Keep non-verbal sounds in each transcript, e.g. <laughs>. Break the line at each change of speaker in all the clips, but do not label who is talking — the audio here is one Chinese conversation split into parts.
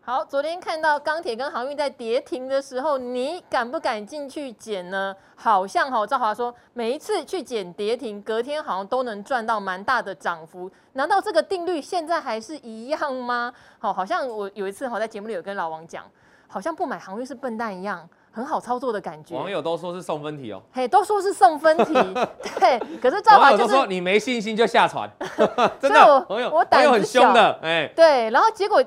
好，昨天看到钢铁跟航运在跌停的时候，你敢不敢进去捡呢？好像哈、赵华说，每一次去捡跌停，隔天好像都能赚到蛮大的涨幅。难道这个定律现在还是一样吗？好，好像我有一次哈在节目里有跟老王讲，好像不买航运是笨蛋一样，很好操作的感觉。
网友都说是送分题哦，
嘿，都说是送分题，对，可是赵
网
华
友
就
都
是
说你没信心就
<laughs>
下船，真
所以我
的，网友
我胆
网友很
子
凶
小
的，哎，
对，然后结果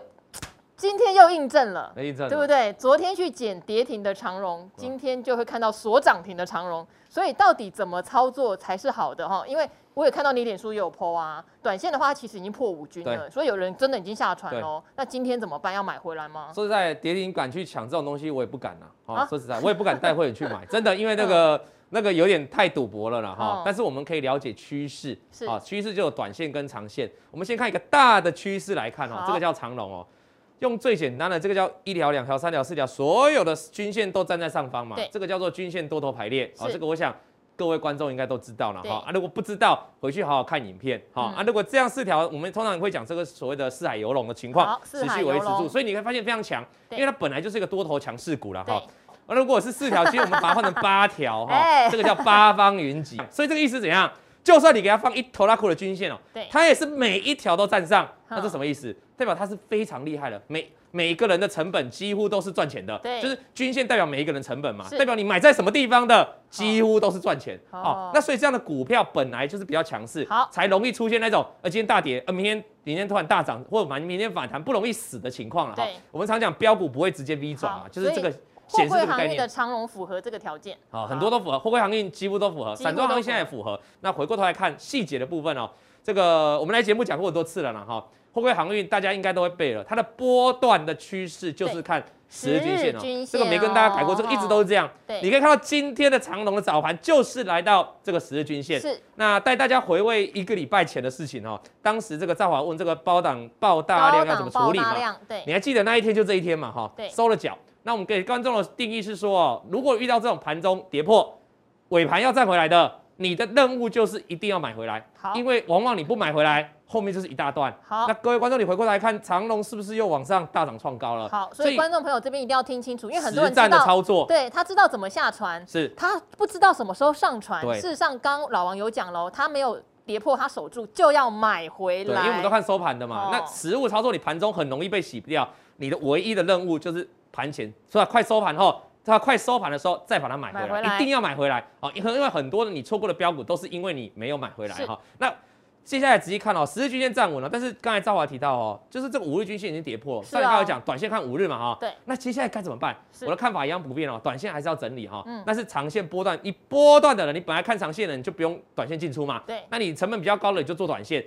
今天又印证了。
那一阵
对不对？昨天去捡跌停的长荣，今天就会看到所涨停的长荣。所以到底怎么操作才是好的哈？因为我也看到你脸书也有 PO 啊，短线的话它其实已经破五均了，所以有人真的已经下船喽。那今天怎么办？要买回来吗？
说实在，跌停敢去抢这种东西，我也不敢呐、哦，
啊嗯
说实在，我也不敢带会员去
<laughs>
买，真的，因为那个、那个有点太赌博了啦哈、
哦
但是我们可以了解趋势，
是
啊，趋势就有短线跟长线。我们先看一个大的趋势来看哦
好，
这个叫长龙哦。用最简单的，这个叫一条、两条、三条、四条，所有的均线都站在上方嘛
对，
这个叫做均线多头排列。哦，
是
这个我想各位观众应该都知道了
对
哈。啊，如果不知道，回去好好看影片
嗯
哈。啊，如果这样四条，我们通常会讲这个所谓的四海游龙的情况
好四
持
海
续维持
游龙
住，所以你会发现非常强，
对
因为它本来就是一个多头强势股了哈
对。，
而如果是四条，其实我们把它换成八条
<laughs> 哎
哈，这个叫八方云集。所以这个意思怎样？就算你给它放一头拉裤的均线哦
对，
它也是每一条都站上，
嗯
那这什么意思？代表它是非常厉害的，每每一个人的成本几乎都是赚钱的，
对
就是均线代表每一个人成本嘛，
是
代表你买在什么地方的几乎都是赚钱。
哦
哦，那所以这样的股票本来就是比较强势，
好
才容易出现那种呃今天大跌，呃明天明天突然大涨，或者明天反弹不容易死的情况了哈
对。
我们常讲标股不会直接 V 转
好
嘛，就是这个
货
显示
柜
这个
航
概
运
念
的。长荣符合这个条件。
好，很多都符合，货柜航运几乎都符合，
几乎
散装航运现在也符合。那回过头来看细节的部分哦，这个我们来节目讲过很多次了啦哈。货柜航运大家应该都会背了，它的波段的趋势就是看十日均线
十日均线哦
哦，这个没跟大家改过，这个一直都是这样。
对，
你可以看到今天的长龙的早盘就是来到这个十日均线。
是
那带大家回味一个礼拜前的事情哦，当时这个赵华问这个包档爆大
高
量要怎么
档
处
爆
理
大
嘛？
量，对，
你还记得那一天就这一天嘛？哈
对，
收了脚。那我们给观众的定义是说，哦，如果遇到这种盘中跌破，尾盘要站回来的，你的任务就是一定要买回来，
好，
因为往往你不买回来，后面就是一大段。
好
那。各位观众，你回过来看，长隆是不是又往上大涨创高了？
好，所以观众朋友这边一定要听清楚，因为很多
实
人知
战的
道，
操作
对他知道怎么下船，
是
他不知道什么时候上船。
对
事实上，刚老王有讲喽，他没有跌破，他守住就要买回
对，
来。
因为我们都看收盘的嘛。
哦
那实物操作，你盘中很容易被洗掉，你的唯一的任务就是盘前，是吧？快收盘后，它快收盘的时候再把它买回来，
买回来
一定要买回来。哦，因为因为很多的你错过的标股都是因为你没有买回来
是
哈、那接下来仔细看哦，十日均线站稳了，但是刚才赵华提到哦，就是这个五日均线已经跌破了。
是
上礼拜
啊
有讲，短线看五日嘛哈、
对。
那接下来该怎么办？
是
我的看法一样不变哦，短线还是要整理哈、
嗯
但是长线波段，你波段的人，你本来看长线的人你就不用短线进出嘛。
对
那你成本比较高的，你就做短线。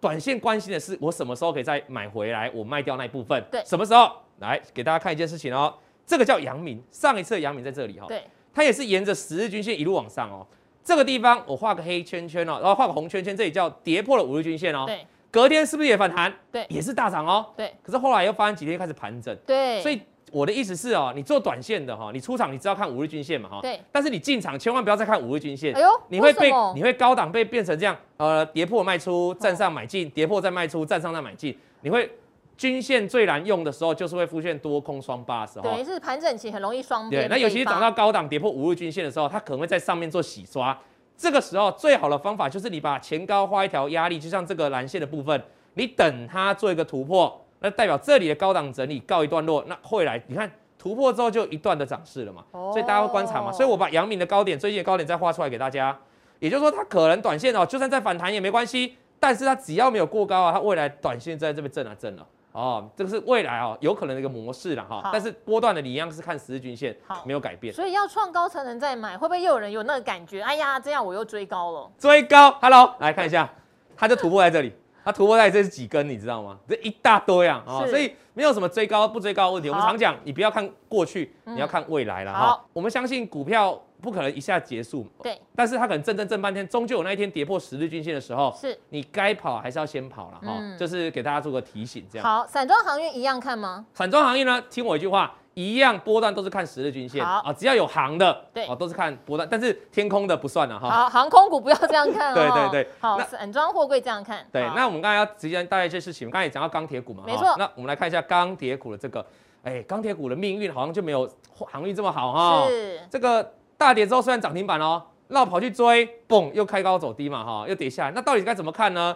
短线关心的是我什么时候可以再买回来，我卖掉那一部分。
对
什么时候？来给大家看一件事情哦，这个叫阳明，上一次的阳明在这里哈、哦，
对，
它也是沿着十日均线一路往上哦。这个地方我画个黑圈圈哦，然后画个红圈圈，这里叫跌破了五日均线哦。
对，
隔天是不是也反弹？
对
也是大涨哦。
对，
可是后来又发现几天开始盘整，
对，
所以我的意思是哦，你做短线的哈、哦，你出场你知道看五日均线嘛哈、哦
对，
但是你进场千万不要再看五日均线
哎，呦，
你会
为
被
什么嗯
你会高档被变成这样，呃，跌破卖出，站上买进，跌破再卖出，站上再买进，你会均线最难用的时候，就是会出现多空双八的时
等
候
于。是盘整期很容易双边被
对，那
绑。
尤其是涨到高档跌破五日均线的时候，它可能会在上面做洗刷。这个时候最好的方法就是你把前高画一条压力，就像这个蓝线的部分，你等它做一个突破，那代表这里的高档整理告一段落，那会来你看突破之后就一段的涨势了嘛。
哦，
所以大家会观察嘛。所以我把阳明的高点、最近的高点再画出来给大家。也就是说，它可能短线哦，就算再反弹也没关系，但是它只要没有过高啊，它未来短线在这边震啊震了。哦，这个是未来哦，有可能的一个模式了哈
好。
但是波段的你一样是看十日均线
好，
没有改变。
所以要创高才能再买，会不会又有人有那个感觉？哎呀，这样我又追高了。
追高，Hello，来看
<laughs>
一下，它就突破在这里，它突破在这是几根，你知道吗？这一大堆啊，哦，
是
所以没有什么追高不追高的问题。我们
好
常讲，你不要看过去，
嗯
你要看未来了
好
哈。我们相信股票不可能一下结束，
对，
但是它可能震震震半天，终究有那一天跌破十日均线的时候，
是
你该跑还是要先跑了哈、
嗯
就是给大家做个提醒这样。
好，散装航运一样看吗？
散装行业呢，听我一句话，一样波段都是看十日均线
好
啊，只要有行的，
对
啊，都是看波段，但是天空的不算了哈。
好，航空股不要这样看哦。
哦 <laughs> 对对对
好，
那
散装货柜这样看。
对，
好
那我们刚才要直接带一些事情，刚才也讲到钢铁股嘛，
没
哈
错
那我们来看一下钢铁股的这个，哎，钢铁股的命运好像就没有航运这么好哈、
是
这个大跌之后虽然涨停板哦，那我跑去追，嘣，又开高走低嘛哈、又跌下来，那到底该怎么看呢？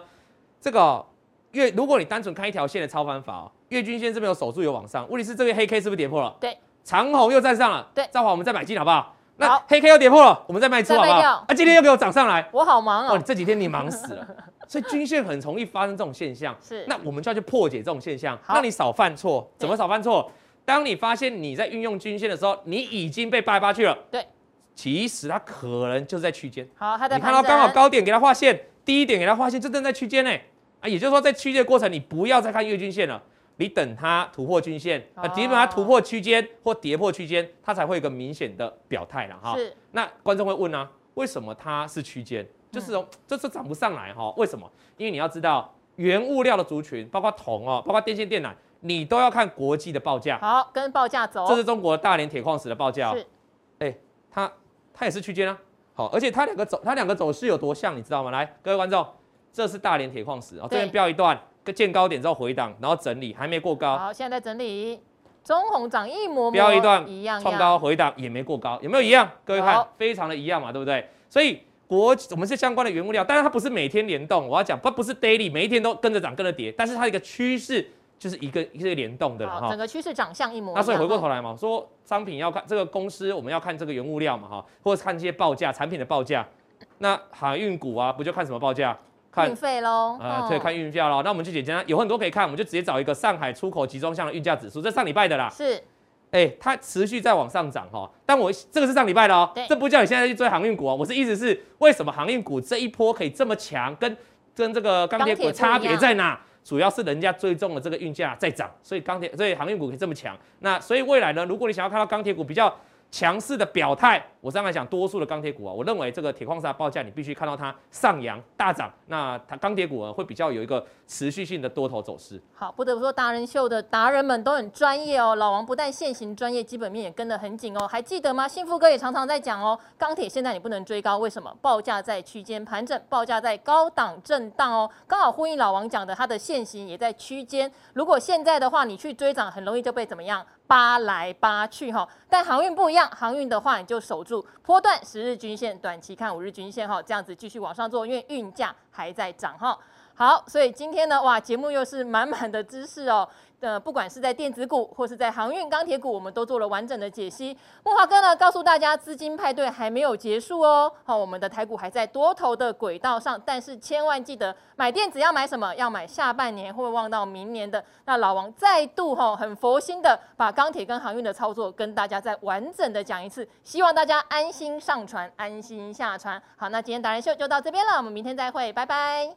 这个哦月，如果你单纯看一条线的超反法、哦，月均线这边有守住有往上，问题是这个黑 K 是不是跌破了？
对，
长虹又站上了，
对
兆华我们再买进好不好？那
好
黑 K 又跌破了，我们再卖出
再
好不
卖
好？
掉
啊，今天又给我涨上来，
我好忙
哦，
哦
你。这几天你忙死
<laughs>
了，所以均线很容易发生这种现象。
是
那我们就要去破解这种现象，
好
让你少犯错。
对
怎么少犯错？当你发现你在运用均线的时候，你已经被扒来扒去了。
对，
其实它可能就在区间。
好，它在
你
盘
看到
整
刚好高点给它画线，低点给它画线，就正在区间内啊。也就是说，在区间的过程，你不要再看月均线了。你等它突破均线啊，
哦
基本它突破区间或跌破区间，它才会有一个明显的表态了哈。
是
那观众会问啊，为什么它是区
嗯
间？就是哦这次涨不上来哈、为什么？因为你要知道，原物料的族群，包括铜哦，包括电线电缆，你都要看国际的报价。
好跟报价走。
这是中国大连铁矿石的报价、哦
哦是，
它它也是区间啊。好，而且它两个走，它两个走势有多像，你知道吗？来，各位观众，这是大连铁矿石啊、哦，这边
对
标一段，见高点之后回档，然后整理，还没过高，
好，现在在整理，中红涨一模模，
标一段
一样
创
样
高回档也没过高，有没有一样？各位看
有，
非常的一样嘛，对不对？所以国我们是相关的原物料，但是它不是每天联动，我要讲它不是 daily 每一天都跟着涨跟着跌，但是它一个趋势就是一个一个联动的了
好，
哈
整。个趋势长相一模一样。
那所以回过头来嘛，说商品要看这个公司，我们要看这个原物料嘛哈，或者看这些报价产品的报价。那海运股啊，不就看什么报价？看
运费喽，
啊，
嗯
对，看运价咯。那我们就简单，有很多可以看，我们就直接找一个上海出口集装箱的运价指数，这上礼拜的啦。
是
哎、它持续在往上涨哈、但我这个是上礼拜的哦
对，
这不叫你现在去追航运股哦。我是意思是，为什么航运股这一波可以这么强，跟跟这个钢铁股的差别在哪？主要是人家追踪了这个运价在涨，所以钢铁所以航运股可以这么强。那所以未来呢，如果你想要看到钢铁股比较强势的表态，我上来讲多数的钢铁股啊，我认为这个铁矿砂报价你必须看到它上扬大涨，那它钢铁股呢啊会比较有一个持续性的多头走势。
好，不得不说，达人秀的达人们都很专业哦。老王不但现行专业基本面也跟得很紧哦，还记得吗？幸福哥也常常在讲哦，钢铁现在你不能追高，为什么？报价在区间盘整，报价在高档震荡哦，刚好呼应老王讲的，它的现行也在区间。如果现在的话，你去追涨，很容易就被怎么样？扒来扒去哈、但航运不一样，航运的话你就守住波段十日均线，短期看五日均线哈、这样子继续往上做，因为运价还在涨哈、好，所以今天呢，哇，节目又是满满的知识哦。呃，不管是在电子股或是在航运、钢铁股，我们都做了完整的解析。木华哥呢，告诉大家，资金派对还没有结束哦。好、我们的台股还在多头的轨道上，但是千万记得买电子要买什么？要买下半年，会望到明年的。那老王再度哈、很佛心的把钢铁跟航运的操作跟大家再完整的讲一次，希望大家安心上船，安心下船。好，那今天达人秀就到这边了，我们明天再会，拜拜。